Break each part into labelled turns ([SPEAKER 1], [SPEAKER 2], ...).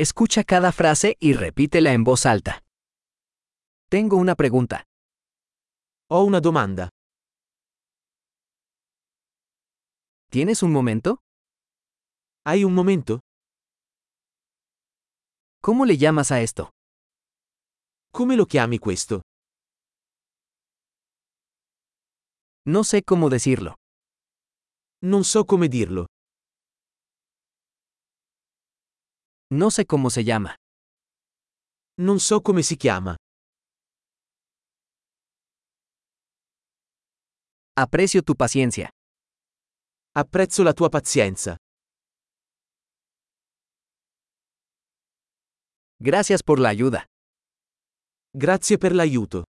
[SPEAKER 1] Escucha cada frase y repítela en voz alta. Tengo una pregunta.
[SPEAKER 2] Ho una domanda.
[SPEAKER 1] ¿Tienes un momento?
[SPEAKER 2] Hai un momento?
[SPEAKER 1] ¿Cómo le llamas a esto?
[SPEAKER 2] Come lo chiami questo?
[SPEAKER 1] No sé cómo decirlo.
[SPEAKER 2] Non so come dirlo.
[SPEAKER 1] No sé cómo se llama.
[SPEAKER 2] Non so come si chiama.
[SPEAKER 1] Aprecio tu paciencia.
[SPEAKER 2] Apprezzo la tua pazienza.
[SPEAKER 1] Gracias por la ayuda.
[SPEAKER 2] Grazie per l'aiuto.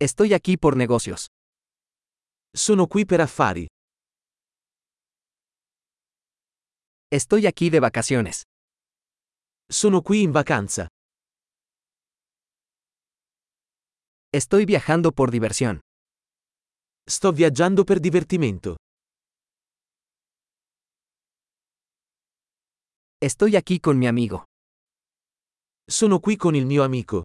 [SPEAKER 1] Estoy aquí por negocios.
[SPEAKER 2] Sono qui per affari.
[SPEAKER 1] Estoy aquí de vacaciones.
[SPEAKER 2] Sono qui in vacanza.
[SPEAKER 1] Estoy viajando por diversión.
[SPEAKER 2] Sto viaggiando per divertimento.
[SPEAKER 1] Estoy aquí con mi amigo.
[SPEAKER 2] Sono qui con il mio amico.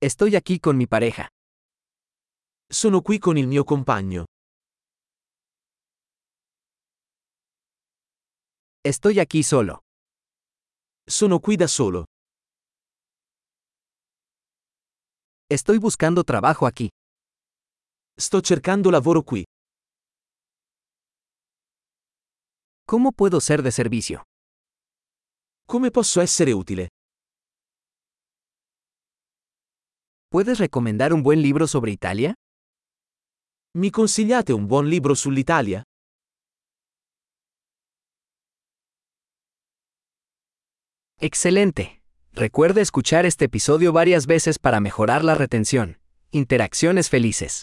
[SPEAKER 1] Estoy aquí con mi pareja.
[SPEAKER 2] Sono qui con il mio compagno.
[SPEAKER 1] Estoy aquí solo.
[SPEAKER 2] Sono qui da solo.
[SPEAKER 1] Estoy buscando trabajo aquí.
[SPEAKER 2] Sto cercando lavoro qui.
[SPEAKER 1] ¿Cómo puedo ser de servicio?
[SPEAKER 2] Come posso essere utile?
[SPEAKER 1] ¿Puedes recomendar un buen libro sobre Italia?
[SPEAKER 2] Mi consigliate un buon libro sull'Italia?
[SPEAKER 1] Excelente. Recuerda escuchar este episodio varias veces para mejorar la retención. Interacciones felices.